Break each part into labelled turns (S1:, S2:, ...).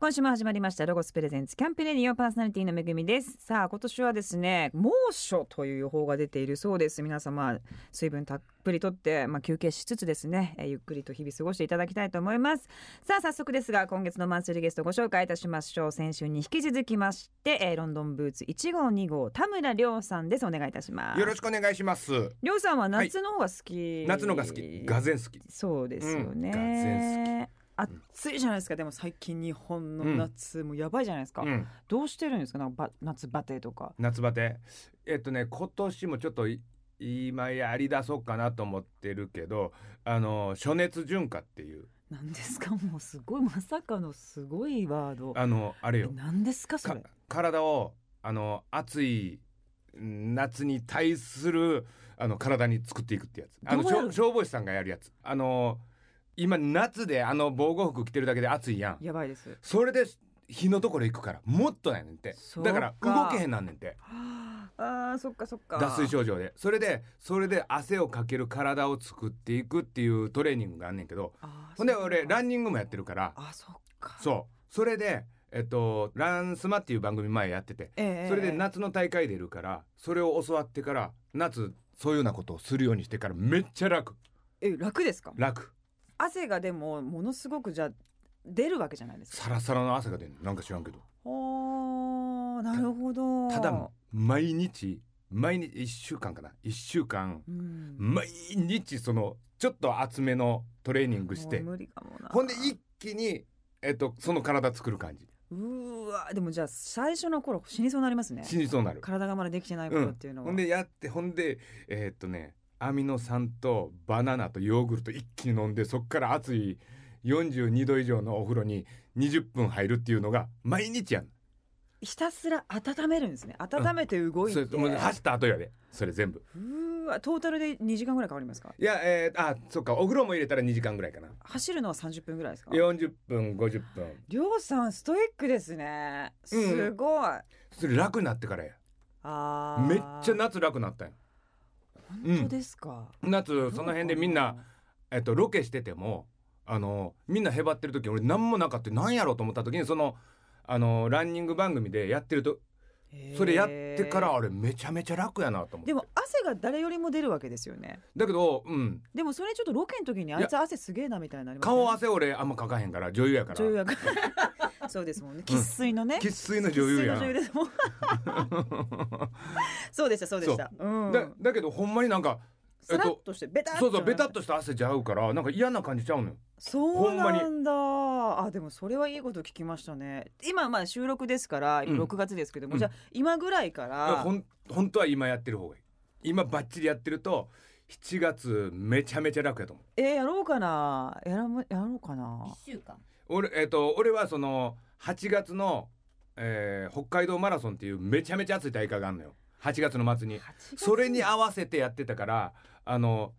S1: 今週も始まりましたロゴスプレゼンツキャンペレニオパーソナリティのめぐみですさあ今年はですね猛暑という予報が出ているそうです皆様水分たっぷりとってまあ休憩しつつですねえーゆっくりと日々過ごしていただきたいと思いますさあ早速ですが今月のマンスリーゲストをご紹介いたしましょう先週に引き続きましてえーロンドンブーツ1号2号田村亮さんですお願いいたします
S2: よろしくお願いします。
S1: 亮さんは夏の方が好き、
S2: 夏のが好き、がぜん好き。
S1: そうですよ
S2: うんが
S1: ね
S2: 全。
S1: 暑いじゃないですか。でも最近日本の夏もやばいじゃないですか。
S2: うん、
S1: どうしてるんですか。なんかば夏バテとか。
S2: 夏バテ。えっとね、今年もちょっとい今やりだそうかなと思ってるけど、あの暑熱順化っていう
S1: なんですか。もうすごいまさかのすごいワード。
S2: あのあれよ、
S1: なんですかそ
S2: か
S1: れ。
S2: 体をあの暑いん夏に対するあの体に作っていくってやつ。あの
S1: どう
S2: し
S1: やる
S2: ょ消防士さんがやるやつ。あの今夏であの防護服着てるだけで暑いやん。
S1: やばいです。
S2: それで日のところ行くからもっとやねんて
S1: そうか
S2: だから動けへんなんねんて
S1: はああーそっかそっか。
S2: 脱水症状でそれでそれで汗をかける体を作っていくっていうトレーニングがあんねんけど
S1: あー。
S2: ほんで
S1: そっか
S2: 俺ランニングもやってるから
S1: あそっか。う。
S2: そうそれでえっと「ランスマ」っていう番組前やってて
S1: ええ
S2: それで。夏の大会出るからそれを教わってから夏そういうようなことをするようにしてからめっちゃ楽
S1: ええ楽ですか。
S2: 楽
S1: 汗がでもものすごくじゃあ出るわけじゃないですか。
S2: サラサラの汗が出るなんか知らんけど
S1: おーなるほど。
S2: ただ毎日毎日1週間かな1週間
S1: うん
S2: 毎日そのちょっと厚めのトレーニングし
S1: も
S2: て
S1: う無理かもな
S2: ほんで一気に、えっと、その体作る感じ
S1: うーわでもじゃあ最初の頃死にそうになりますね
S2: 死にそうになる
S1: 体がまだできてないことっていうのは、
S2: ほんでやってほんでえっとねアミノ酸とバナナとヨーグルト一気に飲んでそっから熱い42度以上のお風呂に20分入るっていうのが毎日やん
S1: ひたすら温めるんですね温めて動いて、
S2: そうれもう走った後やでそれ全部
S1: ーわトータルで2時間ぐらいかかりますか
S2: いやえー、あそっかお風呂も入れたら2時間ぐらいかな
S1: 走るのは30分ぐらいですか
S2: 40分50分
S1: りょうさんストイックですねすごい、
S2: それ楽になってからや
S1: あー
S2: めっちゃ夏楽になったんや
S1: 本当ですか、
S2: 夏その辺でみんな、えっと、ロケしててもあのみんなへばってる時俺何もなかった何やろうと思った時にそのあのランニング番組でやってると
S1: へー
S2: それやってからあれめちゃめちゃ楽やなと思って
S1: でも汗が誰よりも出るわけですよね
S2: だけど、うん、
S1: でもそれちょっとロケの時にあいつ汗すげえなみたいになりますね
S2: 顔汗俺あんまかかへんから女優やから
S1: 女優役 そうですもんね生粋のね
S2: 生粋の女優や
S1: 生粋の女優ですもんそうでしたそうでしたう、ん、
S2: だだけどほんまになんか
S1: さらっとしてベタッと
S2: そうそうベタっとした汗ちゃうからなんか嫌な感じちゃうのよ
S1: そうなんだあでもそれはいいこと聞きましたね今まあ収録ですから
S2: うん
S1: 6月ですけども、
S2: うん
S1: じゃあ今ぐらいか
S2: だから
S1: ら
S2: ほん本当は今やってる方がいい今バッチリやってると7月めちゃめちゃ楽やと思う
S1: えー、やろうかなやらもやろうかな
S3: 一週間。
S2: 俺,、えっと俺はその8月の、えー北海道マラソンっていうめちゃめちゃ暑い大会があるのよ8月の末にそれに合わせてやってたからあの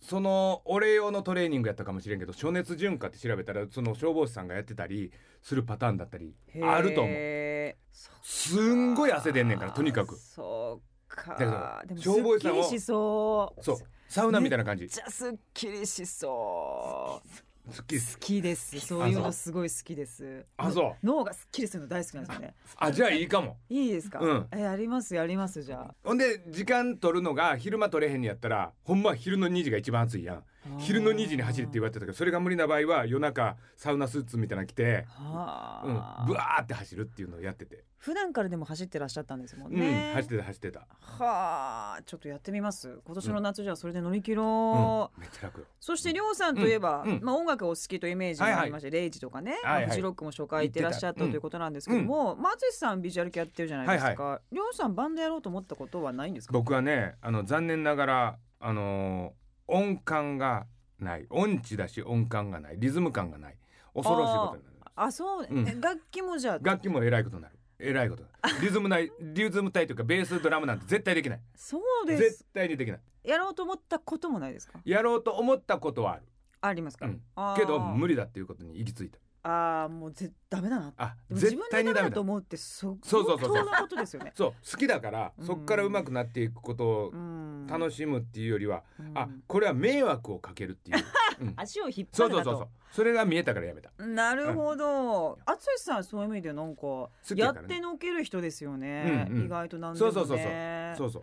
S2: その俺用のトレーニングやったかもしれんけど暑熱順化って調べたらその消防士さんがやってたりするパターンだったりあると思う
S1: へーそっか
S2: すんごい汗出んねんからとにかく
S1: そうか
S2: だ
S1: で
S2: けど
S1: もすっ
S2: 消防士
S1: き
S2: さん
S1: り
S2: を
S1: しそう
S2: そうサウナみたいな感じ
S1: めっちゃすっきりしそう
S2: すっきり
S1: 好きですそういう
S2: あそ
S1: の
S2: う
S1: すごい好きです
S2: あそう
S1: 脳がすっきりするの大好きなんですよ ね
S2: あじゃあいいかも
S1: いいですか、
S2: うん
S1: えやりますやりますじゃ
S2: ほんで時間取るのが昼間取れへんのやったらほんまは昼の2時が一番暑いやん
S1: あ
S2: 昼の2時に走るって言われてたけどそれが無理な場合は夜中サウナスーツみたいなの着て、
S1: は
S2: うん、ブ
S1: あ、
S2: ワーって走るっていうのをやってて、
S1: 普段からでも走ってらっしゃったんですもん
S2: う
S1: ね、
S2: ん、走ってた走ってた、
S1: はあちょっとやってみます今年の夏じゃあそれで乗り切ろう、
S2: うん、めっちゃ楽よ
S1: そしてりょうさんといえば、
S2: うんうん
S1: まあ、音楽お好きというイメージがありまして、レイジとかね、
S2: はいはい
S1: まあフジロックも初回行ってらっしゃったということなんですけども、まあ淳さんビジュアル系やってるじゃないですか、りょうさんバンドやろうと思ったことはないんですか
S2: 僕はねあの残念ながらあのー音感がない音痴だし音感がないリズム感がない恐ろしいことになる
S1: あそう、
S2: うん
S1: え楽器もじゃあ
S2: 楽器もえらいことになるえらいことになるリズムないリズム体というかベースドラムなんて絶対できない
S1: そうです
S2: 絶対にできない
S1: やろうと思ったこともないですか
S2: やろうと思ったことはある
S1: ありますか、
S2: うん
S1: あー
S2: けど無理だっていうことに行き着いた
S1: あーもうぜダメだな
S2: あ
S1: でも自
S2: 絶
S1: 分で
S2: 対に
S1: ダメ
S2: ダ
S1: だ
S2: メだ
S1: と思うってそ
S2: そうそうそうそう
S1: 相当なことですよね
S2: そう好きだから
S1: うん
S2: そっから上手くなっていくことを
S1: うん
S2: 楽しむっていうよりは、
S1: うん
S2: あこれは迷惑をかけるっていううん
S1: 足を引っ
S2: そ
S1: 張
S2: う
S1: るだ
S2: そうそうそ
S1: と
S2: うそれが見えたからやめた
S1: なるほど淳さんそういう意味でなんか
S2: 好き
S1: や
S2: や
S1: っ
S2: からね
S1: てのける人ですよね
S2: うんうん
S1: 意外となんで
S2: そ
S1: も
S2: うそうそう
S1: ね
S2: そうそう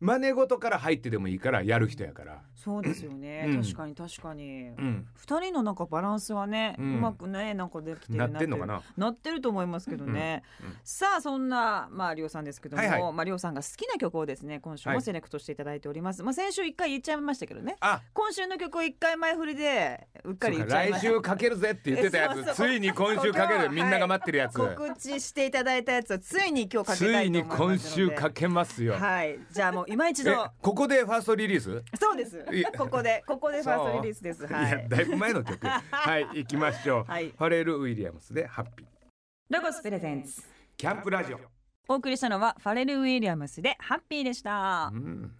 S2: 真似事から入ってでもいいからやる人やから
S1: そうですよね
S2: うん
S1: 確かに確かに
S2: うん
S1: 二人のなんかバランスはねう
S2: うん
S1: まくねなんかできてる
S2: な
S1: な
S2: ってんのか
S1: な
S2: な
S1: なってると思いますけどね
S2: うんうん
S1: さあそんなまありょうさんですけど
S2: はいは
S1: も
S2: い
S1: まありょうさんが好きな曲をですね今週
S2: は
S1: も
S2: い
S1: セレクトしていただいておりますまあ先週一回言っちゃいましたけどね
S2: あ
S1: 今週の曲を一回前振りでうっか
S2: そう
S1: り言
S2: か
S1: っちゃいま
S2: 来
S1: した
S2: 週かけるぜって言ってたや
S1: えそう
S2: つ
S1: そう
S2: ついに今週かけ
S1: はい
S2: るみんなが待ってるやつ
S1: 告知していただいたやつをついに今日かけ
S2: つ
S1: たい
S2: い
S1: と
S2: に
S1: 思いますの
S2: 今週
S1: で
S2: かけますよ
S1: はいじゃあもう今一
S2: え
S1: 度
S2: ここでファーストリリー ス
S1: そうです
S2: い
S1: ここでここでファーストリリースです
S2: い
S1: は
S2: や
S1: い
S2: だいぶ前の 曲はい行きましょうフ
S1: はい
S2: ァレル・ウィリアムスでハッピー
S1: ロゴスプレゼンツ
S2: キャンプラジオ
S1: お送りしたのはファレル・ウィリアムスでハッピーでした
S2: うん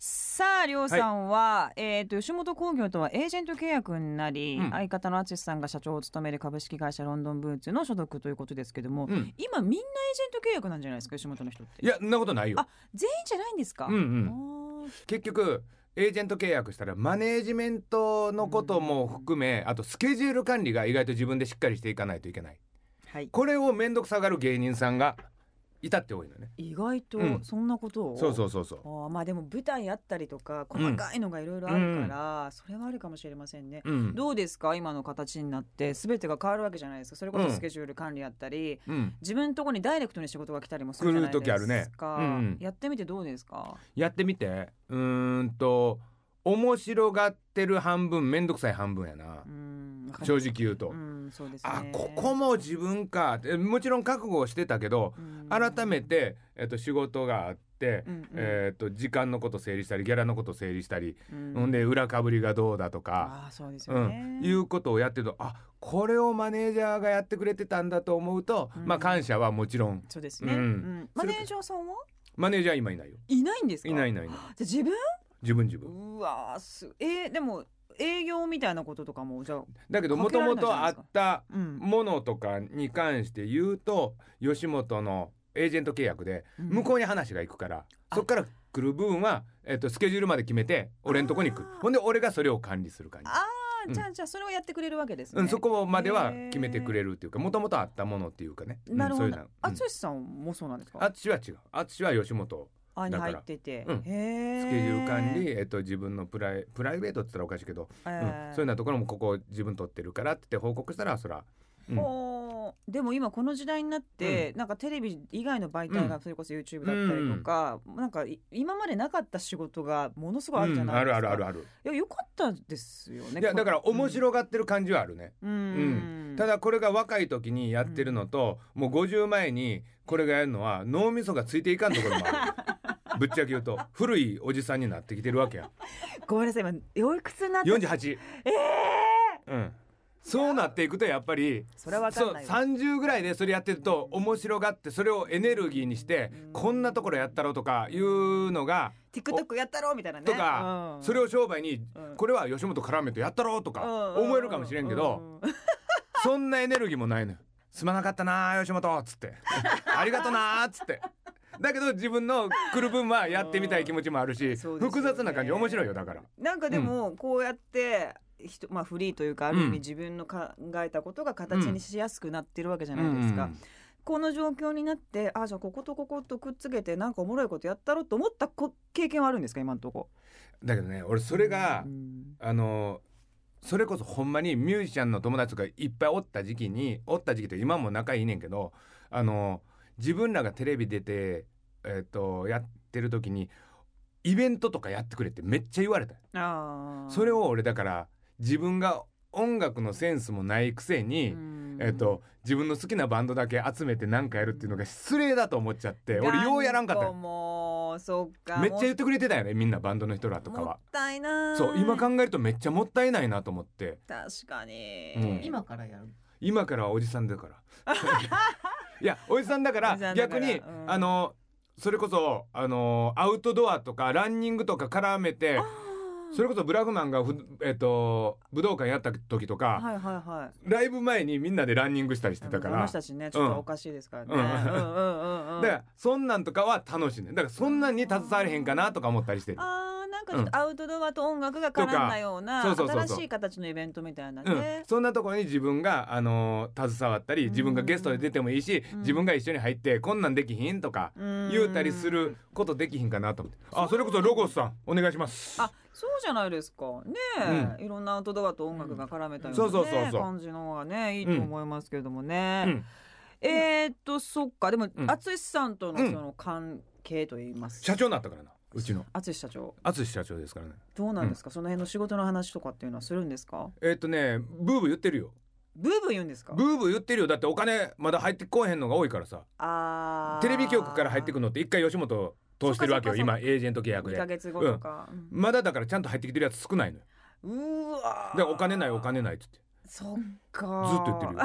S1: さありょうさんは、えーと吉本興業とはエージェント契約になり、
S2: うん
S1: 相方の淳さんが社長を務める株式会社ロンドンブーツの所属ということですけども、
S2: うん
S1: 今みんなエージェント契約なんじゃないですか吉本の人って
S2: いやそんなことないよ
S1: あ全員じゃないんですか、
S2: うんうん
S1: あー
S2: 結局エージェント契約したらマネージメントのことも含めあとスケジュール管理が意外と自分でしっかりしていかないといけない
S1: はい
S2: これを面倒くさがる芸人さんがいたって多いのね
S1: 意外と
S2: うん
S1: そんなことを、
S2: そうそうそうそう
S1: あーまあでも舞台あったりとか細かいのがいろいろあるから、それはあるかもしれませんね、
S2: うん
S1: どうですか今の形になって全てが変わるわけじゃないですかそれこそスケジュール管理やったり、
S2: うん
S1: 自分のとこにダイレクトに仕事が来たりもするじゃないですか
S2: 来る時あるねうんうん
S1: やってみてどうですか
S2: やってみてうーんと面白がってる半分面倒くさい半分やな
S1: うん
S2: 正直言うと、
S1: うんそうですね
S2: あここも自分かってもちろん覚悟をしてたけど
S1: うん
S2: 改めて、えっと、仕事があって、
S1: うんうん
S2: えっと時間のこと整理したりギャラのこと整理したり
S1: うん
S2: ほんで裏かぶりがどうだとか、
S1: あーそうです
S2: う
S1: よ
S2: ん
S1: ね、
S2: いうことをやってるとあこれをマネージャーがやってくれてたんだと思うと、
S1: うん
S2: まあ感謝はもちろん
S1: そうですね、
S2: うん
S1: うんマネージャーさんは
S2: マネージャー今いないよ
S1: いないんですか
S2: いないいないいない
S1: じゃあ自分
S2: 自分自分
S1: うわーすえーでも営業みたいなこととかもじゃあ
S2: だけど
S1: か
S2: も
S1: け
S2: と
S1: られな
S2: も
S1: いじ
S2: と
S1: ゃな
S2: あ
S1: いです
S2: っ
S1: か
S2: た
S1: うん、
S2: ものとかに関して言うと吉本のエージェント契約で向こうに話が行くから、
S1: あ
S2: そっから来る分は、えっとスケジュールまで決めて俺のとこに来る
S1: あー
S2: ほんで俺がそれを管理する感じ
S1: あ、うんあーじゃあじゃあそれをやってくれるわけですね、
S2: うん、そこまでは
S1: へー
S2: 決めてくれるっていうかもともとあったものっていうかね
S1: なるほど
S2: うんそういうのうん
S1: 淳さんもそうなんですか
S2: 淳は違う淳は吉本
S1: あに
S2: だか
S1: 入
S2: ら
S1: ってて、
S2: うん
S1: へー
S2: スケジュール管理、えっと自分のプライプライベートって言ったらおかしいけど、
S1: え
S2: うん
S1: ー
S2: そういうようなところもここ自分取ってるからって言って報告したらそら、うん
S1: ほーでも今この時代になって、なんかテレビ以外の媒体
S2: う
S1: がそれこそ YouTube だったりとか、なんかい今までなかった仕事がものすごいあるじゃ
S2: うん
S1: ない
S2: あ
S1: です
S2: る
S1: か、
S2: あるある
S1: あ
S2: ある
S1: るいやよかったですよね
S2: いやだから面白がってる感じはあるね、
S1: うん、うん
S2: ただこれが若い時にやってるのと、もう50前にこれがやるのは脳みそがついていかんところ もあるぶっちゃけ言うと古いおじさんになってきてるわけや
S1: ごめんなさい今おいくつになって
S2: 48
S1: え
S2: うんそうなっていくとやっぱり
S1: それはわかんないわ
S2: そう30ぐらいでそれやってると面白がってそれをエネルギーにして
S1: うん
S2: こんなところやったろとかいうのが
S1: ー、TikTok やったろみたいなね
S2: とか、
S1: うん
S2: それを商売に
S1: うん
S2: これは吉本絡めてやったろとか
S1: うん
S2: 思えるかもしれんけど、
S1: うう
S2: そんなエネルギーもないのよ。すまなかったなあ吉本っつ って。ありがとなっつって。だけど自分の来る分はやってみたい気持ちもあるし、
S1: そうですよね
S2: 複雑な感じ面白いよだから。
S1: なんかでもこうやって人、まあ、フリーというかある意
S2: うん
S1: 味自分の考えたことが形にしやすくなってるわけじゃないですか、
S2: うん
S1: この状況になってあじゃあこことこことくっつけてなんかおもろいことやったろうと思ったこ経験はあるんですか今のとこ
S2: だけどね、俺それが、
S1: うん
S2: あのそれこそほんまにミュージシャンの友達とかいっぱいおった時期におった時期って今も仲いいねんけどあの自分らがテレビ出て、えっとやってる時にイベントとかやってくれってめっちゃ言われた。
S1: あー
S2: それを俺だから自分が音楽のセンスもないくせに、
S1: うん
S2: えっと自分の好きなバンドだけ集めて何かやるっていうのが失礼だと思っちゃって俺ようやらんかった
S1: 頑固
S2: よ
S1: もそっか
S2: めっちゃ言ってくれてたよねみんなバンドの人らとか
S1: もっ
S2: は
S1: たいな
S2: そう今考えるとめっちゃもったいないなと思って
S1: 確かに、
S2: うん
S3: 今からやる
S2: 今からはおじさんだから いやおじさんだから
S1: おじさんだか
S2: 逆
S1: らう
S2: に、
S1: ん
S2: あのそれこそあのアウトドアとかランニングとか絡めてそれこそブラフマンがふ、えっと武道館やった時とか、
S1: はいはいはい
S2: ライブ前にみんなでランニングしたりしてたか
S1: あ
S2: ら。
S1: の人
S2: だ
S1: たちねちょっとおかしいですからね、うん、うんうんうんうん
S2: からそんなんとかは楽しいねんだからそんなんに携われへんかなとか思ったりしてる
S1: あーなんかちょっとアウトドアと音楽が絡んだような
S2: とかそうそうそう
S1: 新
S2: そう
S1: しい形のイベントみたいな
S2: うん
S1: ね。
S2: そんなところに自分が、あのー携わったり自分がゲストで出てもいいし、
S1: うん
S2: 自分が一緒に入ってこんなんできひんとか言うたりすることできひんかなと思って、あそれこそロゴスさんお願いします
S1: あそうじゃないですかねえ、いろんなアウトドアと音楽が絡めたような、ね
S2: うんそうそうそうそう
S1: 感じの方がねいいと思いますけれどもね、
S2: うん
S1: えー、っとそっかでも
S2: うん
S1: 淳、さんとの
S2: うん
S1: その関係といいます
S2: 社長になったからなうちの
S1: 淳社長
S2: 淳社長ですからね
S1: どうなんですか、その辺の仕事の話とかっていうのはするんですか
S2: えっ、とねブーブー言ってるよ
S1: ブーブー言うんですか
S2: ブーブー言ってるよだってお金まだ入ってこへんのが多いからさ
S1: あ
S2: テレビ局から入ってく
S1: る
S2: るのって一回吉本通してるわけ
S1: そうかそうかそ
S2: よ
S1: う
S2: 今
S1: か
S2: エージェント契約
S1: 2ヶ
S2: で
S1: 月後とか、
S2: まだだからちゃんと入ってきてるやつ少ないのよ
S1: うわー
S2: でお金ないお金ないって言って
S1: そっか
S2: ずっと言ってるよ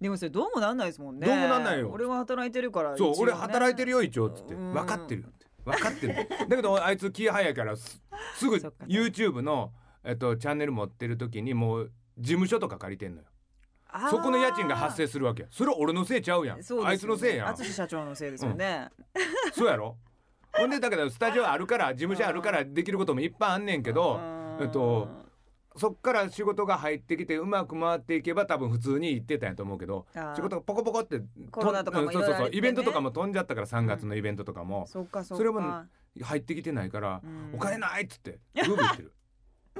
S1: でもそれどうもなんないですもんね
S2: どうもなんないよ
S1: 俺は働いてるから
S2: そう、
S1: 一応ね
S2: 俺働いてるよ一応っつって
S1: うん
S2: 分かってるよって分かってるよだけどあいつ気早いか らすすぐ
S1: そっか
S2: YouTube の、えっと、チャンネル持ってる時にもう事務所とか借りてんのよ
S1: あー
S2: そこの家賃が発生するわけやそれ俺のせいちゃうやん
S1: そうですよね
S2: あいつのせいやん
S1: 淳社長のせいですよね、
S2: そうやろほんでだけどスタジオあるから事務所あるからできることもいっぱいあんねんけどえっとそっから仕事が入ってきてうまく回っていけば多分普通に行ってたんやと思うけど仕
S1: 仕
S2: 事がポコポコって
S1: コロナとかも
S2: うんそうそう
S1: いろいろあ
S2: そう
S1: ってね
S2: イベントとかも飛んじゃったから3月のイベントとかも
S1: そっかそっか
S2: それも入ってきてないから
S1: うん
S2: お金ないっつ ってブーブー言ってる。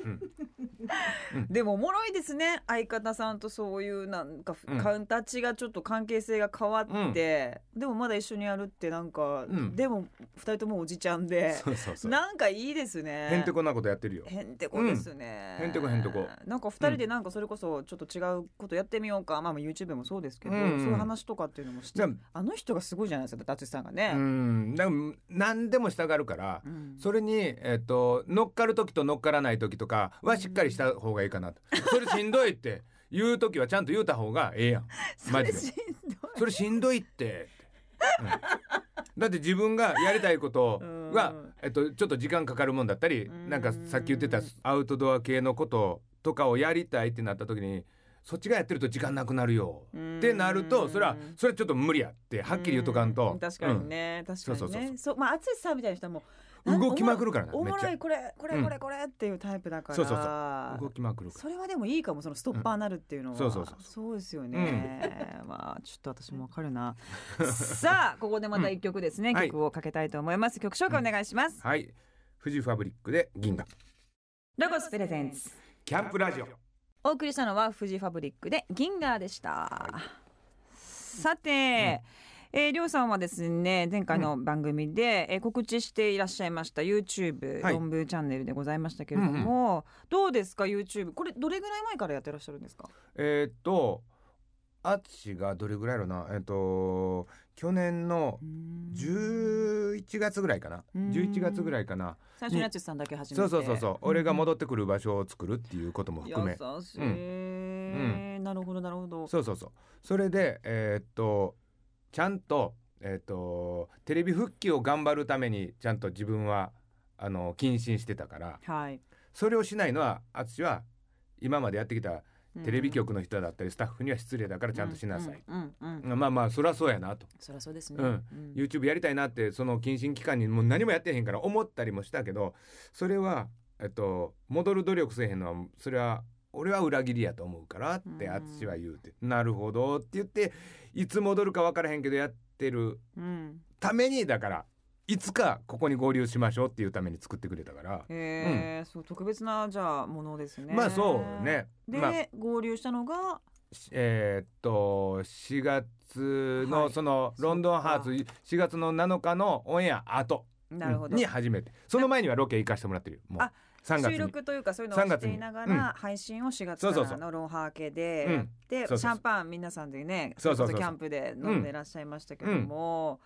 S2: うん、
S1: でもおもろいですね相方さんとそういうなんか
S2: うん
S1: カウンタチがちょっと関係性が変わって、でもまだ一緒にやるってなんか、
S2: うん
S1: でも二人ともおじちゃんで
S2: そうそうそう。
S1: なんかいいですね
S2: へんてこなことやってるよ。
S1: へんてこですね、
S2: うんへんてこへんてこ
S1: なんか二人でなんかそれこそちょっと違うことやってみようか、まあまあ YouTube もそうですけど、
S2: うんうん
S1: そういう話とかっていうのもして
S2: じゃ
S1: あの人がすごいじゃないですか達さんが
S2: あ、
S1: ね
S2: う、ん、なんか何でもしたがるから。
S1: うん
S2: それに、えっと乗っかる時と乗っからない時とかはしっかりした方がいいかなと、それしんどい って言う時はちゃんと言うた方がええやん
S1: そ
S2: マ
S1: れ
S2: ジ
S1: し
S2: で
S1: んどい
S2: それしんどいって、うんだって自分がやりたいことが
S1: うん、
S2: えっと、ちょっと時間かかるもんだったり
S1: うん
S2: なんかさっき言ってたアウトドア系のこととかをやりたいってなった時にそっちがやってると時間なくなるよってなるとそれはそれちょっと無理やってはっきり言うとかんと
S1: う確かにね、確かにね
S2: そうそうそう
S1: そうまあ淳さんみたいな人はも
S2: う
S1: なんん
S2: 動きまくるからな
S1: お
S2: めっ
S1: も
S2: ち
S1: ろいこれこれこれこれっていうタイプだから、
S2: そうそうゃ動きまくるか
S1: それはでもいいかもそのストッパーなるっていうのは、
S2: そうそうそう
S1: そうですよね、まあちょっと私もわかるな さあここでまた一曲ですね、
S2: うんはい
S1: 曲をかけたいと思います曲紹介お願いします、
S2: らはい富士ファブリックで銀河
S1: ロゴスプレゼンツ
S2: キャンプラジオ
S1: お送りしたのはフジファブリックで銀河でした、さて、えーりょうさんはですね前回の番組で、えー告知していらっしゃいました YouTube
S2: はい
S1: 論文チャンネルでございましたけれども、どうですか YouTube これどれぐらい前からやってらっしゃるんですか
S2: えーっとアッチがどれぐらいやろなえーっと去年の11月ぐらいかな
S1: うん
S2: 11月ぐらいかな
S1: 最初に淳さんだけ始めて
S2: そうそうそうそう俺が戻ってくる場所を作るっていうことも含め
S1: 優しい、
S2: う
S1: なるほどなるほど
S2: そうそうそうそれでえーっとちゃんとえーっとテレビ復帰を頑張るためにちゃんと自分はあの謹慎してたから
S1: はい
S2: それをしないのは淳は今までやってきたテレビ局の人だったりスタッフには失礼だからちゃんとしなさい、
S1: うんうん、うんうん
S2: まあまあそりゃそうやなと
S1: そりゃそうですね、
S2: うん
S1: うん
S2: YouTube やりたいなってその謹慎期間にもう何もやってへんから思ったりもしたけどそれは、えっと、戻る努力せえへんのはそれは俺は裏切りやと思うからって
S1: うん
S2: 淳は言うて「なるほど」って言っていつ戻るか分からへんけどやってる
S1: うん
S2: ためにだからいつかここに合流しましょうっていうために作ってくれたから、
S1: えーそう特別なじゃあものですね。
S2: まあそう。ね。
S1: で、
S2: まあ
S1: 合流したのが
S2: えーっと4月
S1: は
S2: の
S1: い
S2: そのロンドンハーツ4月の7日のオンエア後
S1: なるほど。
S2: に初めてその前にはロケ行かしてもらってるよもう
S1: あ
S2: 3月
S1: 収
S2: に
S1: 録というかそういうのをしていなが
S2: 3月に
S1: ら配信を4月か
S2: そうそ
S1: ら
S2: うそ
S1: のロンハー系でやって
S2: そうそうそう
S1: シャンパン皆さんでね
S2: そうそうそう
S1: れこキャンプで飲んでらっしゃいましたけども、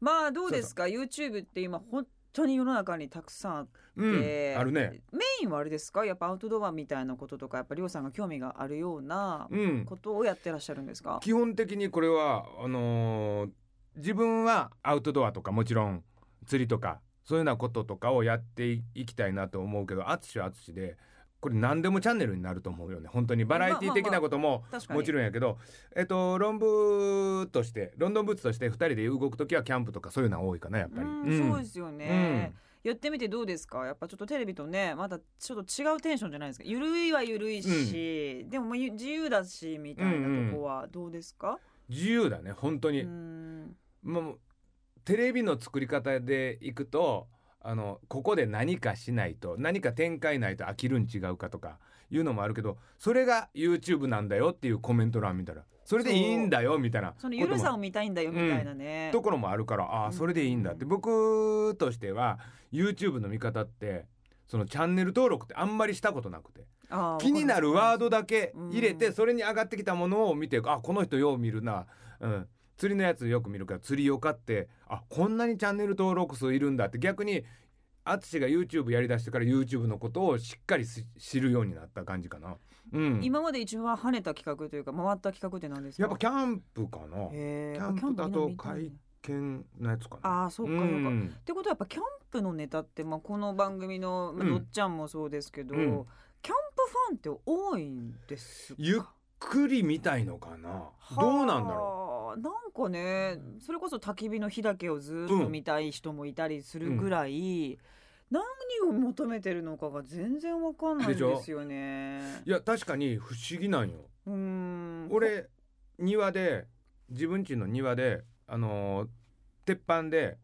S1: まあどうですか YouTube って今本当に世の中にたくさんあって、
S2: うんあるね
S1: メインはあれですかやっぱアウトドアみたいなこととかやっぱりょうさんが興味があるような
S2: うん
S1: ことをやってらっしゃるんですか、
S2: 基本的にこれはあのー自分はアウトドアとかもちろん釣りとかそういうようなこととかをやっていきたいなと思うけど淳は淳でこれ何でもチャンネルになると思うよね本当にバラエティー的なことも
S1: 確かに
S2: もちろんやけど、えっと、論文としてロンドンブーツとして2人で動く時はキャンプとかそういうのは多いかなやっぱり。
S1: うん
S2: うん
S1: そうですよね、やってみてどうですかやっぱちょっとテレビとねまたちょっと違うテンションじゃないですかゆるいはゆるいし、でももうゆ自由だしみたいなとこはどうですか、
S2: 自由だね本当
S1: う
S2: に、
S1: ん
S2: もうテレビの作り方でいくとあのここで何かしないと何か展開ないと飽きるん違うかとかいうのもあるけどそれが YouTube なんだよっていうコメント欄見たらそれでいいんだよみたいな
S1: そのゆる
S2: こと
S1: さ
S2: も
S1: を見たいんだよみたいなね、
S2: ところもあるからああ
S1: うん
S2: それでいいんだって、僕としては YouTube の見方ってそのチャンネル登録ってあんまりしたことなくて
S1: あー
S2: 気になるワードだけ入れ
S1: う
S2: て
S1: ん
S2: それに上がってきたものを見てあこの人よう見るな、うん、釣りのやつよく見るから釣りよかってあこんなにチャンネル登録数いるんだって逆に淳が YouTube やりだしてから YouTube のことをしっかりし知るようになった感じかな。うん、
S1: 今まで一番跳ねた企画というか回った企画って何ですか
S2: やっぱキャンプかな
S1: へー
S2: キャンプ
S1: キ
S2: だと
S1: みんな見たいね
S2: 怪見のやつかな。
S1: ああそうかそう
S2: う
S1: か、
S2: ん
S1: ってことはやっぱキャンプのネタって、まあ、この番組の、まあ、
S2: うん
S1: どっちゃんもそうですけど、
S2: うん
S1: キャンプファンって多いんですか
S2: ゆっくりみたいのかなどうなんだ
S1: ろ
S2: ろ
S1: うなんかねそれこそ焚き火の火だけをずーっと見たい人もいたりするぐらい、何を求めてるのかが全然わかんないんですよね
S2: ういや確かに不思議なんよ
S1: うーん
S2: 俺庭で自分家の庭であのー鉄板で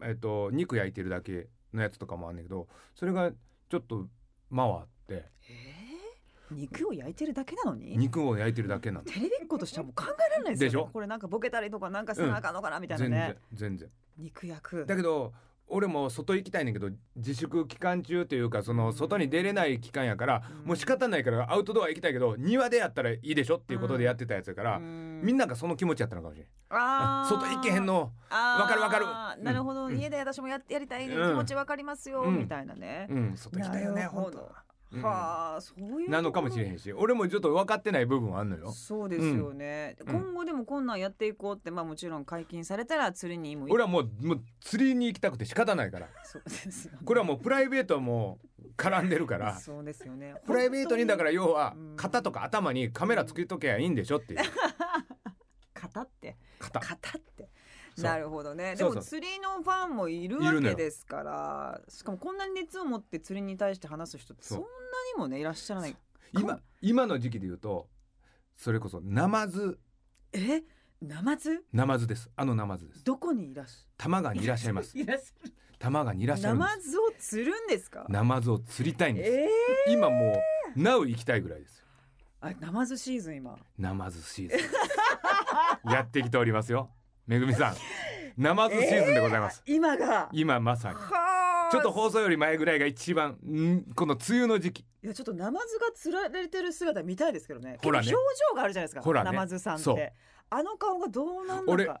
S2: えっと肉焼いてるだけのやつとかもあんねんけどそれがちょっと回って
S1: えー肉を焼いてるだけなのに
S2: 肉を焼いてるだけなの
S1: テレビっ子としてはもう考えられないですよね
S2: でしょ
S1: これなんかボケたりとかなんかせなあかんのかなみたいな
S2: 全
S1: ね
S2: 然、全然
S1: 肉焼く
S2: だけど俺も外行きたいねんけど自粛期間中というかその外に出れない期間やから
S1: うん
S2: もう仕方ないからアウトドア行きたいけど庭でやったらいいでしょっていうことでやってたやつやからみん
S1: み
S2: ながその気持ちやったのかもしれん
S1: あ
S2: あ
S1: ー
S2: 外行けへんの
S1: あー
S2: わかるわかる
S1: なるほど、
S2: うん
S1: 家で私もややりたい、
S2: うん
S1: 気持ちわかりますよ、
S2: うん
S1: みたいなね、
S2: うん外行きたいよ
S1: な
S2: ね
S1: るほ
S2: 本
S1: ど
S2: 当うん
S1: はあそういうところ
S2: なのかもしれへんし俺もちょっと分かってない部分はあんのよ
S1: そうですよね、
S2: うん
S1: 今後でもこんなんやっていこうってまあもちろん解禁されたら釣りにも行
S2: 俺はもうもう釣りに行きたくて仕方ないから
S1: そうですよね
S2: これはもうプライベートも絡んでるから
S1: そうですよね
S2: プライベートにだから要は
S1: うん
S2: 肩とか頭にカメラつけとけばいいんでしょっていう
S1: 型って
S2: 肩
S1: 型って
S2: そう
S1: なるほどねで
S2: そ
S1: も
S2: うそう
S1: 釣りのファンもいる
S2: いる
S1: わ
S2: の
S1: け
S2: よ
S1: ですからしかもこんなに熱を持って釣りに対して話す人ってそ
S2: そ
S1: ん
S2: う
S1: なにもねいらっしゃらない
S2: 今今の時期で言うとそれこそナマズ
S1: えナマズ
S2: ナマズですあのナマズです
S1: どこにいらっし
S2: 多摩川にいらっしゃいます
S1: いらっしゃる
S2: 多摩川にいらっし
S1: ナ
S2: ゃるんで
S1: マ
S2: す
S1: ズを釣るんですか
S2: ナマズを釣りたいんです
S1: え
S2: 今もうなお行きたいぐらいです
S1: ー、あナマズシーズン今
S2: ナマズシーズンやってきておりますよめぐみさんナマズシーズンでございます、
S1: 今が
S2: 今まさに
S1: はあ
S2: ちょっと放送より前ぐらいが一番んこの梅雨の時期
S1: いやちょっとナマズが釣られてる姿見たいですけどね
S2: ほらね
S1: 結構表情があるじゃないですか
S2: ほらね
S1: ナマズさんっ
S2: そう
S1: てあの顔がどうなんの
S2: 俺
S1: か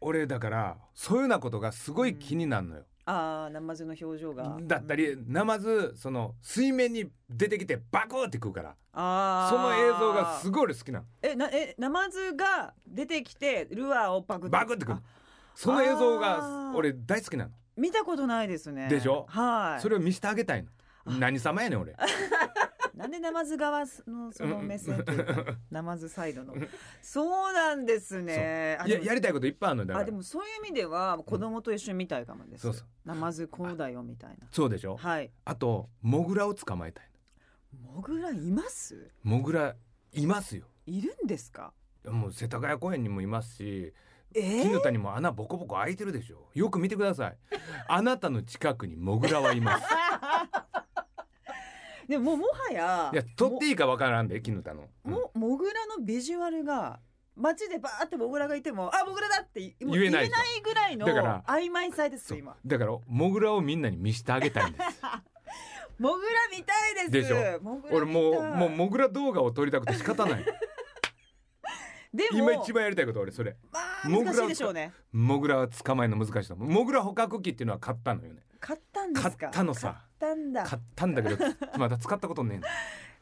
S2: 俺だからそういうようなことがすごい気になるのよ、
S1: あーナマズの表情が
S2: だったりナマズその水面に出てきてバクーってくるから
S1: あ
S2: その映像がす
S1: ご
S2: ごい俺好きなの
S1: えなえナマズが出てきてルアーをバグ
S2: バクってくる
S1: あ
S2: その映像
S1: あ
S2: が
S1: ー
S2: 俺大好きなの
S1: 見たことないですね
S2: でしょ
S1: はい
S2: それを見せてあげたい
S1: あ
S2: の何様やねん俺
S1: なんでナマズ側のその
S2: うん
S1: 目線というかナマズサイドのそうなんですねあ
S2: い
S1: で
S2: や
S1: も
S2: やりたいこといっぱいあるのよだか
S1: あ
S2: ら
S1: でもそういう意味では子供と一緒に見たいかもです、
S2: そうそう
S1: ナマズこうだよみたいな
S2: そうでしょ
S1: はい
S2: あとモグラを捕まえたい
S1: モグラいます
S2: のモグラいますよ
S1: いるんですか
S2: もう世田谷公園にもいますし
S1: え
S2: 木
S1: ー
S2: の、谷も穴ボコボコ開いてるでしょよく見てくださいあなたの近くにモグラはいます
S1: でももはや
S2: いや取っていいかわからんで木の谷の、うん
S1: もモグラのビジュアルが街でバーってモグラがいてもあモグラだってもう
S2: 言えな
S1: 言えな
S2: い
S1: いぐらいの
S2: だから
S1: 曖昧さです
S2: そう
S1: 今
S2: だからモグラをみんなに見せてあげたいんです
S1: モグラ見たいです
S2: でしょ
S1: モグラ見たい
S2: 俺もうもうモグラ動画を撮りたくて仕 方ない
S1: でも
S2: 今一番やりたいこと俺それ
S1: まあ
S2: モグラ
S1: 難しいでしょうね
S2: モグラは捕まえるの難しいのモグラ捕獲器っていうのは買ったのよね
S1: 買ったんです
S2: 買
S1: か
S2: ったの
S1: 買っ
S2: さ
S1: たんだ
S2: 買ったんだけど まだ使ったことねえの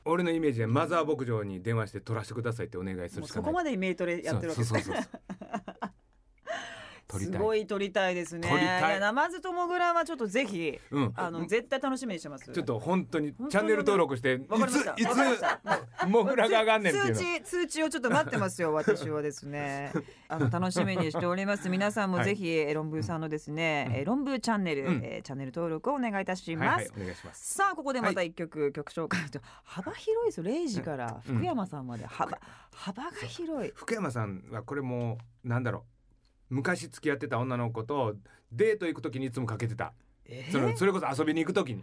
S2: 俺のイメージでマザー牧場に電話して取らせてくださいってお願いす
S1: も
S2: る
S1: う
S2: しか
S1: そ
S2: な
S1: こ
S2: い
S1: までイメートレやってるわけです
S2: そうそうそうそう撮り
S1: す
S2: たい
S1: ごい撮りたいですね
S2: 撮りたい
S1: やナマズともぐらはちょっとぜひ
S2: うん
S1: あの絶対楽しみにしてます
S2: ちょっと本当に
S1: 本当に
S2: チャンネル登録してい
S1: わかりました
S2: つい
S1: わかりました
S2: つモグラが上がんねんっていう
S1: 通
S2: の
S1: 知通知をちょっと待ってます よ私はですねあの楽しみにしております皆さんもぜひ、えロンブーさんのですね、えロンブーチャンネル、
S2: うん
S1: えーチャンネル登録をお願いいたし
S2: はい
S1: ます、
S2: はいお願いします
S1: さあここでまた一曲、曲紹介と幅広いですよ0時から
S2: うん
S1: 福山さんまで幅、幅が広い
S2: 福山さんはこれもうなんだろう昔付き合ってた女の子とデート行く時にいつもかけてた
S1: え
S2: それ
S1: ー、
S2: それこそ遊びに行く時に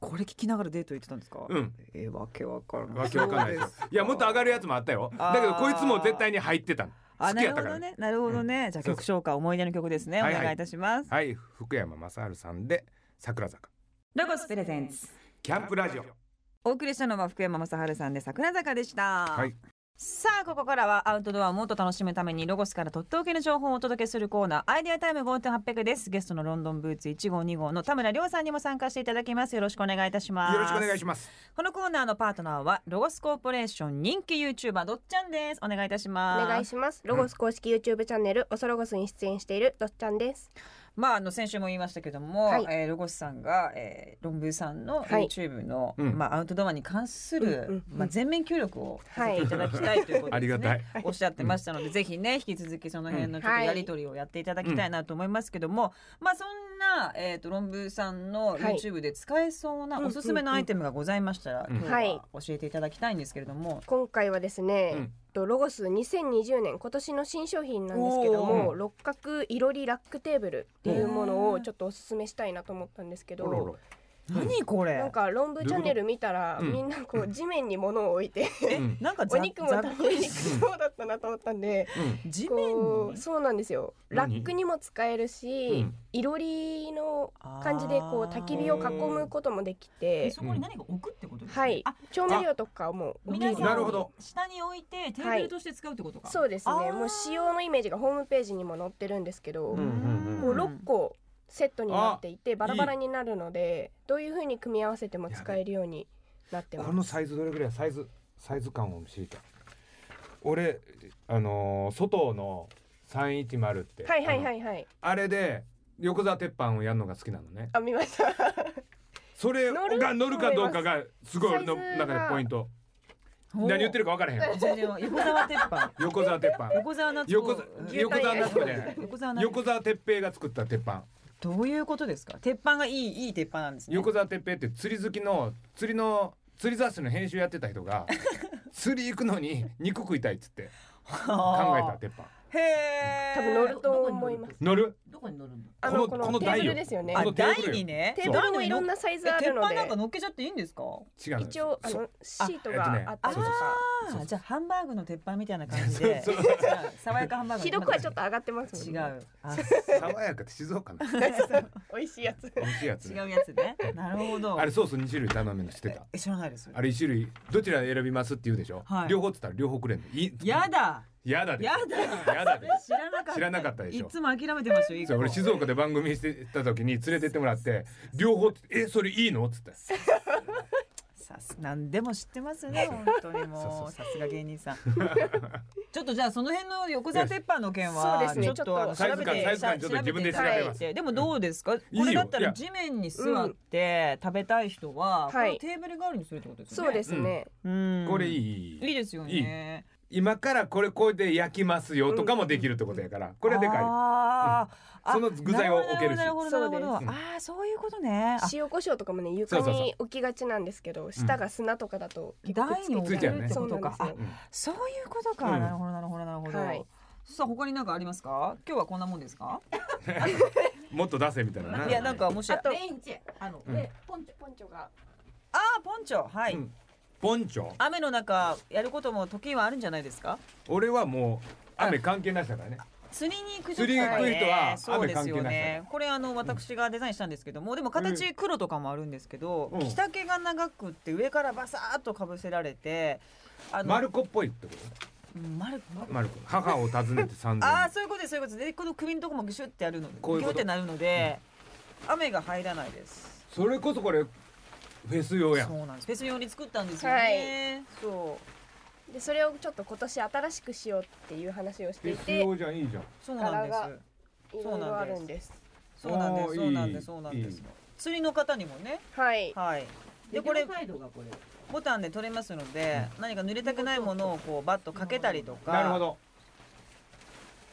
S1: これ聞きながらデート行ってたんですか、
S2: うん
S1: えーわけわからない
S2: わけわかんないですよいやもっと上がるやつもあったよだけど
S1: あー
S2: こいつも絶対に入ってたの
S1: あ
S2: 好
S1: な
S2: き
S1: る
S2: や
S1: ほ
S2: ったか
S1: ど
S2: らね
S1: ねなるほどね、じゃあ曲紹介思い出の曲ですね、
S2: はいはい
S1: お願いいたします、
S2: はい福山雅治さんで桜坂
S1: ロゴスプレゼンツ
S2: キャンプラジオ
S1: お送りしたのは福山雅治さんで桜坂でした、
S2: はい
S1: さあここからはアウトドアをもっと楽しむためにロゴスからとっておきの情報をお届けするコーナーアイデアタイム5800ですゲストのロンドンブーツ1号2号の田村亮さんにも参加していただきますよろしくお願いいたします
S2: よろしくお願いします
S1: このコーナーのパートナーはロゴスコーポレーション人気 YouTuber どっちゃんですお願いいたします
S3: お願いしますロゴス公式 YouTube チャンネルおそロゴスに出演しているどっちゃんです
S1: まあ、あの先週も言いましたけども、
S3: はい
S1: えーロゴスさんが、えー、ロンブーさんの
S3: はい
S1: YouTube の、
S2: うん
S1: まあ、アウトドアに関する、
S3: うんうんうん
S1: まあ、全面協力をさせていただきたいということですね、
S2: ありがたい
S1: おっしゃってましたので、ぜひね引き続きその辺のちょっとやり取りをやっていただきたいなと思いますけども、まあそんな、えー、とロンブーさんの
S3: はい
S1: YouTube で使えそうな
S3: うん
S1: おすすめのアイテムがございましたら、
S2: うん
S1: 今日は教えていただきたいんですけれども、
S3: 今回はですね、
S2: うん
S3: とロゴス2020年今年の新商品なんですけど
S2: お
S3: も六角いろりラックテーブルっていうもの
S1: へ
S3: を
S1: ー
S3: ちょっとおすすめしたいなと思ったんですけど
S2: おろろ
S1: 何これ
S3: なんか論文チャンネル見たら
S2: どういうこと
S3: みんなこう地面に物を 置いて
S2: うん
S1: なんか
S3: お
S1: ざ
S3: 肉も食べにくそうだったなと思ったんで
S2: うん
S1: 地面
S3: こ
S1: に
S3: うそうなんですよラ
S2: 何
S3: ックにも使えるし
S2: うん
S3: いろりの感じでこう焚き火を囲むこともでき
S1: で
S3: て
S1: そこに何か置くってことですか、
S3: はい
S1: あ
S3: 調味料とかも置け
S1: 皆
S3: る
S1: さ
S2: なるほ
S1: ん
S2: ど
S1: 下に置いてテーブルとして使うってことか、
S3: そうです
S1: あ
S3: ね
S1: ー
S3: もう仕様のイメージがホームページにも載ってるんですけど、
S2: うん
S3: こう6個セットになっていてバラバラになるのでどういう風に組み合わせても使えるようになってま
S2: こ
S3: す
S2: のサイズどれぐらいサイズサイズ感を知りたい俺あのー外の310って
S3: はいはいは
S2: あの
S3: いはい
S2: あれで横座鉄板をやるのが好きなのね
S3: あ見ました
S2: それ
S3: 乗る
S2: が乗るかどうかがすごい俺の
S3: サイズ
S2: 中
S3: が
S2: でポイント何言って
S1: る
S2: るか分からへん
S1: 全然横澤鉄板
S2: 横座鉄板
S1: 横澤夏子
S2: 横澤横澤夏子じゃない
S1: 横澤夏子
S2: 横澤鉄平が作った鉄板
S1: どういうことですか鉄板がいいいい鉄板なんですね
S2: 横澤哲平って釣り好きの釣りの釣り雑誌の編集やってた 人が釣り行くのに肉食いたいっつって考えた
S1: 考
S2: 鉄板
S1: えたへえ
S3: 多分乗ると思います
S2: 乗る
S1: どこに乗るんだ
S3: あの
S2: こ
S3: こ
S2: の
S3: の
S2: この
S3: テーブ
S2: 台よ
S3: ルですよね
S2: この
S1: あ
S2: テーブル
S1: 台にね
S3: テーブルもいろんなサイズあ
S1: え鉄
S3: るの
S1: 板
S3: で
S1: なんか乗っけちゃっていいんですか
S2: 違うの
S3: 一応あ
S2: そ
S3: のシート
S2: えっと
S3: が
S2: ね
S3: あったり
S2: そ
S3: とか
S2: うそう
S1: あ
S2: そう
S1: ーじゃあハンバーグの鉄板みたいな感じで
S2: そうそう
S1: 違う爽やかハンバーグ
S3: ひどくはちょっと上がってますも
S1: 違
S3: んね
S1: うあ
S2: 爽やかって 静岡の
S3: 美味しいやつ
S2: 美味しいやつ
S1: 違
S2: ね
S1: うやつ ねなるほど
S2: あれソース2種類頼むのしてた
S1: え知らないです
S2: あれ1種類どちら選びますって言うでしょ、
S1: はい
S2: 両方って言ったら両方くれんのいい
S1: やだ
S2: やだで
S1: やだ
S2: やだで
S1: 知らなかった
S2: 知らなかったでし
S1: い
S2: ょ
S1: つも諦めてますよ一
S2: そ
S1: 個
S2: う俺静岡で番組してた時に連れてってもらって両方って「えそれいいの?」っつって
S1: さす何でも知ってますね本当に
S2: そうそうそ
S1: も
S2: う
S1: うさすが芸人 さんちょっとじゃあその辺の横澤鉄板の件
S3: そうで
S1: は
S3: すね
S1: ちょっ
S3: ちょっと
S1: とあの
S2: サイ
S1: 調べ
S2: ズ感
S1: て
S2: サイズ感ちょっと自分で調べます
S1: でもどうですかこ
S2: いよ
S1: れだった
S2: いや
S1: ら地面に座って食べたい人はこ
S3: は
S1: れ
S3: い
S1: をテーブル代わりにするってことですよね
S3: そうですね、
S1: うん
S2: これい
S1: い
S2: い
S1: いですよね
S2: 今からこれこうやって焼きますよとかもできるってことやから、これでか
S1: あーあ
S2: その具材を置けるし
S1: なるほどなるほどなるほ
S2: そうで
S1: ど
S2: す
S1: ああそういうことねあ
S3: 塩コショウとかもね床
S2: そうそうそう
S3: に置きがちなんですけど下が砂とかだと結構
S1: 台に置
S2: けるっ
S1: ことか
S2: て
S3: そうなんですよ
S2: い、うん
S1: そういうことか、
S2: うん
S1: なるほどなるほどなるほど、
S3: はい
S1: さあ他になんかありますか今日はこんなもんですか
S2: もっと出せみたいなない
S1: やなんかもしあ
S3: あと
S1: レインチェあの、
S2: うん
S3: でポンチョポンチョが
S1: あーポンチョはい、
S2: うんポンチョ
S1: 雨の中やることも時はあるんじゃないですか
S2: 俺はもう雨関係なしだからね、
S1: 釣りに行く時
S2: 釣りに行く人は
S1: そうですよ
S2: 雨関係ない
S1: ねこれあの私がデザインしたんですけどもでも形黒とかもあるんですけど、
S2: うん
S1: 着丈が長くって上からバサーっとかぶせられてあ
S2: マルコっぽいってこ
S1: うん丸く
S2: とマルコ母を訪ねて三千
S1: ああそういうことですそういうことですでこの首のとこもギュシュってやるの
S2: こういう
S1: ギ
S2: こ
S1: ュっ
S2: と
S1: てなるので、雨が入らないです
S2: それこそこれフェス用やん
S1: そうなんです。フェス用に作ったんですよね。そう。
S3: でそれをちょっと今年新しくしようっていう話をし
S2: フ
S3: てい
S2: ェス
S3: て
S2: 用じゃんいいじゃん
S1: そうなんで
S3: 柄が
S1: す。
S3: いろいろあるんです。
S1: そうなんです
S2: あー
S1: そうなんで
S2: いい
S1: すそうなんです
S2: いい
S1: 釣りの方にもね
S3: はい。
S1: はいで
S4: で
S1: こ
S4: こ
S1: れ
S4: れサイドがこれ
S1: ボタンで取れますので、何か濡れたくないものをこうバッとかけたりとか
S2: なるほど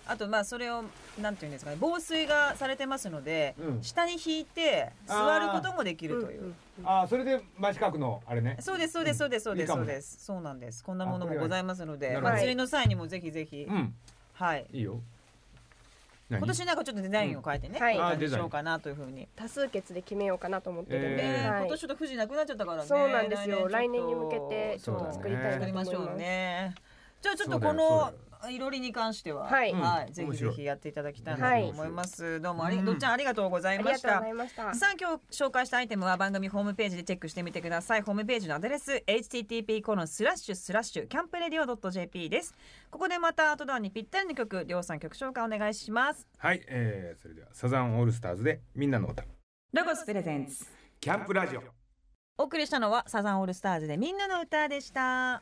S1: あとまあそれをなんていうんですかね防水がされてますので、
S2: うん
S1: 下に引いて座ることもできるという、
S2: あーそれで真四角のあれね
S1: そうですそうですそうですそうで
S2: いい
S1: す
S2: かも
S1: そう
S2: ね
S1: ですそうなんですこんなもの
S2: あ
S1: も
S2: これはい
S1: ご
S2: い
S1: ざいますの
S2: な
S1: で
S2: るほ
S1: ま
S2: ど
S1: あ釣りの際にもぜひぜひ
S2: うん
S1: はい
S2: いいよ何
S1: 今年なんかちょっとデザインを変えてね、
S3: うんはい
S1: どうにしようかなというふうに、
S3: 多数決で決めようかなと思ってるん
S2: え
S3: で、
S2: ー
S1: ね
S3: はい
S1: 今年ちょっと富士なくなっちゃったからね
S3: そうなんですよ
S1: 来年ちょっと
S3: 来年に向けて
S2: ちょっと作りたいな
S1: 作
S2: と思
S1: り
S2: い
S1: ま
S3: ます
S1: しょうねじゃあちょっと
S2: そうだ
S1: こ
S2: よ
S1: のいろりに関しては
S3: はい
S2: う
S1: ぜひ
S2: ん
S1: ぜ
S2: 面白
S1: ひ
S2: い
S1: やっていただきたいな
S3: はい
S1: と思います、どうもあり
S2: うん
S1: どっちゃんありがとうござい
S3: あり
S1: ま
S3: が
S1: し
S3: とうご
S1: た
S3: ざいました。
S1: さあ今日紹介したアイテムは番組ホームページでチェックしてみてくださいホームページのアドレス http コロンスラッシュスラッシュキャンプレディオ .jp ですここでまたアウトドアにぴったりの曲りょうさん曲紹介お願いします
S2: はい、えー、それではサザンオールスターズでみんなの歌
S1: ロゴスプレゼンツ
S2: キャンプラジオ
S1: お送りしたのはサザンオールスターズでみんなの歌でした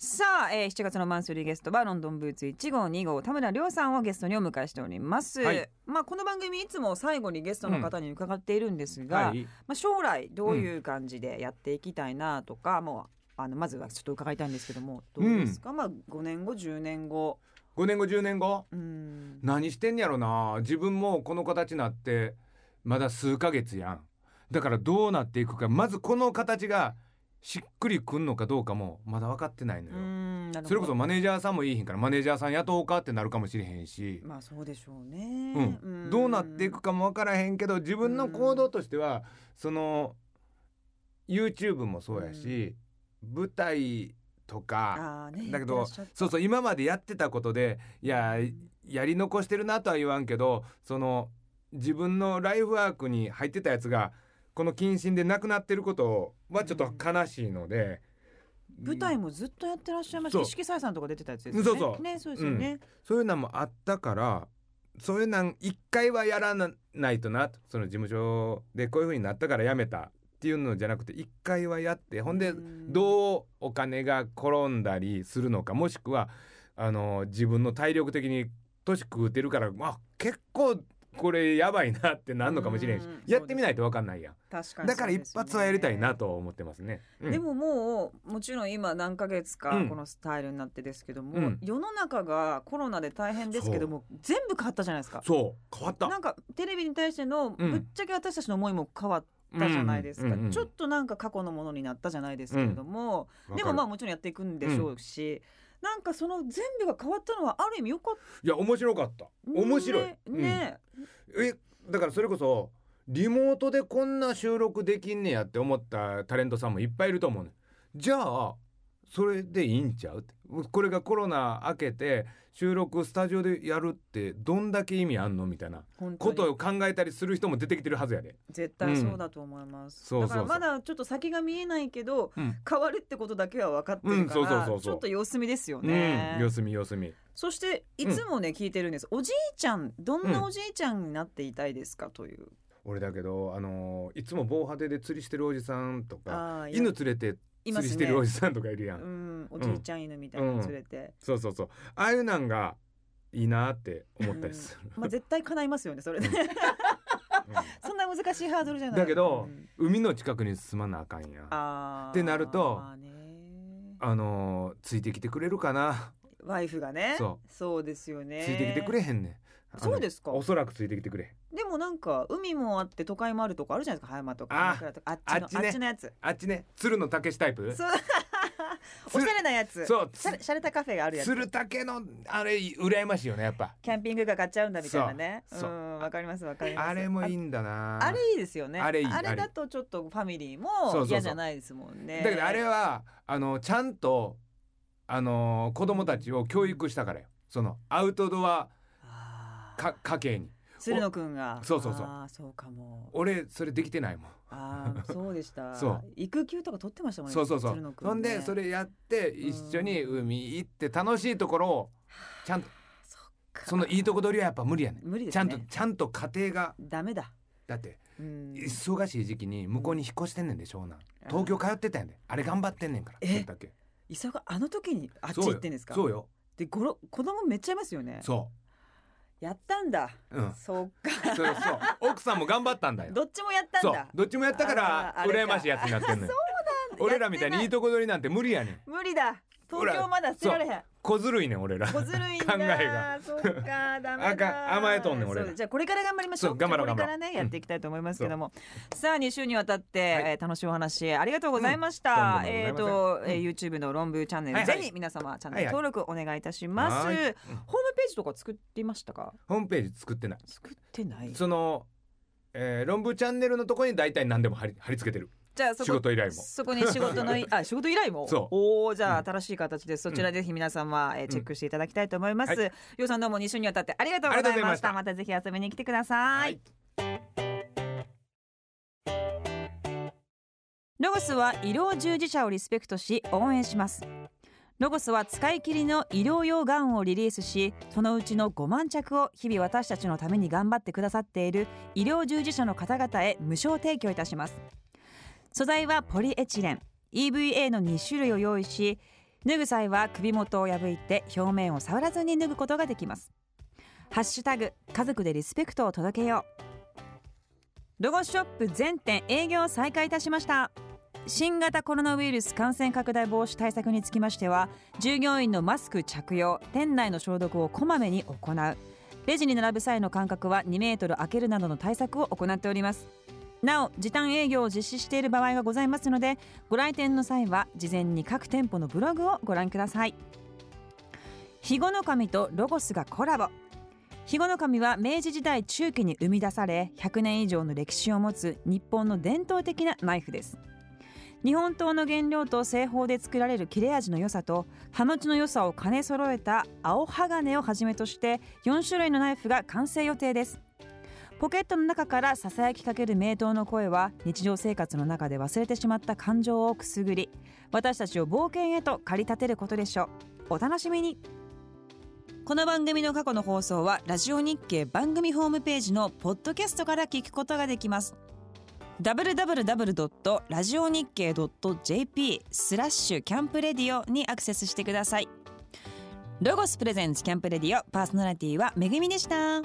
S1: さあ、えー、7月のマンスリーゲストはロンドンブーツ1号2号田村亮さんをゲストにお迎えしております、
S2: はい
S1: まあこの番組いつも最後にゲストの方に伺っているんですが、
S2: はい
S1: まあ、将来どういう感じでやっていきたいなとか、もうあのまずはちょっと伺いたいんですけどもどうですか、まあ5年後10年後
S2: 5年後10年後
S1: うん
S2: 何してんやろな自分もこの形になってまだ数ヶ月やんだからどうなっていくかまずこの形がしっくりくんのかどうかもまだ分かってないの
S1: う
S2: よ、
S1: んなるほど
S2: それこそマネージャーさんもいいひんからマネージャーさん雇おうかってなるかもしれへんし、
S1: まあそうでしょうね、
S2: うんどうなっていくかも分からへんけど自分の行動としては、その YouTube もそうやし、舞台とか
S1: あー、ね、
S2: だけど
S1: いらっしゃっ
S2: そうそう今までやってたことでいややり残してるなとは言わんけどその自分のライフワークに入ってたやつがこの謹慎でなくなってることはちょっと悲しいので、
S1: 舞台もずっとやってらっしゃいました
S2: そう
S1: 一色彩さんとか出てたやつですよね
S2: そうそう
S1: ねそうですよね、
S2: そういうのもあったからそういうなん一回はやらなないとなとその事務所でこういう風になったからやめたっていうのじゃなくて一回はやってほんで
S1: うん
S2: どうお金が転んだりするのかもしくはあの自分の体力的に年食うてるから、まあ、結構これやばいなってなんのかもしれんし
S1: うん
S2: やってみないと分かんないやん
S1: 確かに
S2: だから
S1: そうで
S2: 一
S1: すよね
S2: 発はやりたいなと思ってますね。うん
S1: でももうもちろん今何ヶ月か
S2: うん
S1: このスタイルになってですけども、
S2: うん
S1: 世の中がコロナで大変ですけども全部変わったじゃないですか
S2: そう変わった
S1: なんかテレビに対しての
S2: うん
S1: ぶっちゃけ私たちの思いも変わったじゃないですか、
S2: うんうんうん
S1: ちょっとなんか過去のものになったじゃないですけれども、でもまあもちろんやっていくんでしょうし、なんかその全部が変わったのはある意味よかっ
S2: いや面白かった
S1: た
S2: 面白い、
S1: ねね、
S2: うんえだからそれこそリモートでこんな収録できんねやって思ったタレントさんもいっぱいいると思うねんじゃあそれでいいんちゃうってこれがコロナ明けて収録スタジオでやるってどんだけ意味あんのみたいな
S1: 本当
S2: こ
S1: に
S2: とを考えたりする人も出てきてるはずやで。
S1: 絶対そうだと思います、
S2: うん
S1: だから
S2: そうそうそ
S1: ま
S2: う
S1: だちょっと先が見えないけど
S2: うん
S1: 変わるってことだけは分かってるか
S2: うんそうそう
S1: ら
S2: そうそう
S1: ちょっと様子見ですよね、
S2: うん、様子見様子見
S1: そしていつもね、聞いてるんですおじいちゃんどんなおじいちゃんになっていたいですかという、
S2: 俺だけど、あのーいつも防波堤で釣りしてるおじさんとか
S1: ああ
S2: 犬連れて
S1: い
S2: 釣
S1: ま
S2: り
S1: す
S2: して
S1: ね
S2: るおじさんとかいるやん、
S1: うんおじいちゃん犬みたいなの連れて、
S2: そうそうそうああいうなんがいいなって思ったりす る、
S1: まあ絶対叶いますよねそれで
S2: うん
S1: そんな難しいハードルじゃない
S2: だけど
S1: うん
S2: 海の近くに住まなあかんや
S1: あ
S2: あ
S1: ー
S2: ってなると
S1: まあね
S2: のーついてきてくれるかな、
S1: ワイフがね
S2: そう
S1: ですよね
S2: ついてきてくれへんねん
S1: そうですか
S2: あのおそらくついてきてくれ
S1: でもなんか海もあって都会もあるとこあるじゃないですか葉山とか
S2: あ
S1: 鎌倉とかあっちのあ
S2: あ
S1: っ
S2: っ
S1: ち,、
S2: ちね
S1: のやつ
S2: あっちね鶴のたけしタイプ
S1: そうおしゃれなやつ
S2: そう
S1: しゃれしゃれたカフェがあるやつ
S2: 鶴たけのあれ羨ましいよねやっぱ
S1: キャンピングカー買っちゃうんだみたいなねう
S2: そうそうん
S1: わかりますわかります
S2: あれもいい
S1: あ
S2: んだな
S1: あれいいですよね
S2: あれいいあれ
S1: だとちょっとファミリーも
S2: そうそうそう
S1: 嫌じゃないですもんね
S2: だけどあれはあのちゃんとあの子供たちを教育したからよそのアウトドア
S1: あー
S2: か家系に
S1: 鶴野くんが
S2: そうそうそう
S1: あーそうかも
S2: 俺それできてないもん
S1: あーそうでした
S2: そう
S1: 育休とか取ってましたもんね
S2: そうそうそう、
S1: 鶴野く
S2: ほん
S1: んね
S2: でそれやって一緒に海行って楽しいところをちゃんと
S1: そっか
S2: そのいいとこ取りはやっぱ無理やねん
S1: 無理ですね
S2: ちゃんとちゃんと家庭が
S1: ダメだ
S2: だって
S1: うん
S2: 忙しい時期に向こうに引っ越してんねんで湘南
S1: あ
S2: 東京通ってたんやであれ頑張ってんねんから
S1: え
S2: それだけ
S1: 伊佐があの時にあっち行ってんですか
S2: そうよ
S1: でごろ子供めっちゃいますよね
S2: そう
S1: やったんだ。
S2: うん
S1: そう
S2: そうそう 奥さんも頑張ったんだ
S1: か。
S2: よ
S1: どっちもやった
S2: そ
S1: ん
S2: う
S1: だ。
S2: どっちもやったから
S1: あーあれか
S2: 羨ましいやつになってんのよ俺らみたいにいいとこ取りなんて無理やねん
S1: 無理だ。東京まだ捨てられへん。
S2: 小ずるいねん俺ら
S1: 小ずるいんだ。
S2: 考えが
S1: そっか、ダメだ。
S2: あかん甘えとんねん俺ら
S1: そうじゃあこれから頑張りましょう。
S2: そう頑張ろう
S1: じゃあこれ
S2: 頑張ろ
S1: から
S2: う
S1: ね、
S2: うん
S1: やっていきたいと思いますけども。さあ、二週にわたって、
S2: はい
S1: えー楽しいお話、ありがとうございまし
S2: う
S1: た。
S2: んとん
S1: え
S2: で
S1: っ
S2: もございません
S1: と、
S2: うん
S1: えー YouTube の論文チャンネル、
S2: はいはい
S1: ぜひ皆様、チャンネ
S2: はい
S1: ル
S2: はい
S1: 登録お願いいたします。
S2: は
S1: ホー
S2: ー
S1: ム
S2: いうん
S1: ページとか作っていましたか
S2: ホームページ作ってない
S1: 作ってない。
S2: その、えー論文チャンネルのとこに大体何でも貼り貼り付けてる
S1: じゃあ、そ
S2: 仕
S1: こ
S2: 事依頼も
S1: そこに仕事 のいあ仕事依頼も
S2: そう
S1: おおじゃあ
S2: うん
S1: 新しい形でそちらぜひ皆様、えーチェックしていただきたいと思います、
S2: は
S1: ようさんどうも2週にわたってありがとうござ
S2: あ
S1: い
S2: りがとうござい
S1: ま
S2: ま
S1: し
S2: したた
S1: またぜひ遊びに来てください、ロゴスは医療従事者をリスペクトし応援しますロゴスは使い切りの医療用ガウンをリリースしそのうちの5万着を日々私たちのために頑張ってくださっている医療従事者の方々へ無償提供いたします素材はポリエチレン EVA の2種類を用意し脱ぐ際は首元を破いて表面を触らずに脱ぐことができますハッシュタグ家族でリスペクトを届けようロゴショップ全店営業を再開いたしました新型コロナウイルス感染拡大防止対策につきましては従業員のマスク着用店内の消毒をこまめに行うレジに並ぶ際の間隔は2メートル空けるなどの対策を行っておりますなお時短営業を実施している場合がございますのでご来店の際は事前に各店舗のブログをご覧ください肥後の神とロゴスがコラボ肥後の神は明治時代中期に生み出され100年以上の歴史を持つ日本の伝統的なナイフです日本刀の原料と製法で作られる切れ味の良さと刃持ちの良さを兼ね揃えた青鋼をはじめとして4種類のナイフが完成予定ですポケットの中からささやきかける名刀の声は日常生活の中で忘れてしまった感情をくすぐり私たちを冒険へと駆り立てることでしょうお楽しみにこの番組の過去の放送はラジオ日経番組ホームページのポッドキャストから聞くことができます www.radionickei.jp スラッシュキャンプレディオにアクセスしてくださいロゴスプレゼンツキャンプレディオパーソナリティはめぐみでした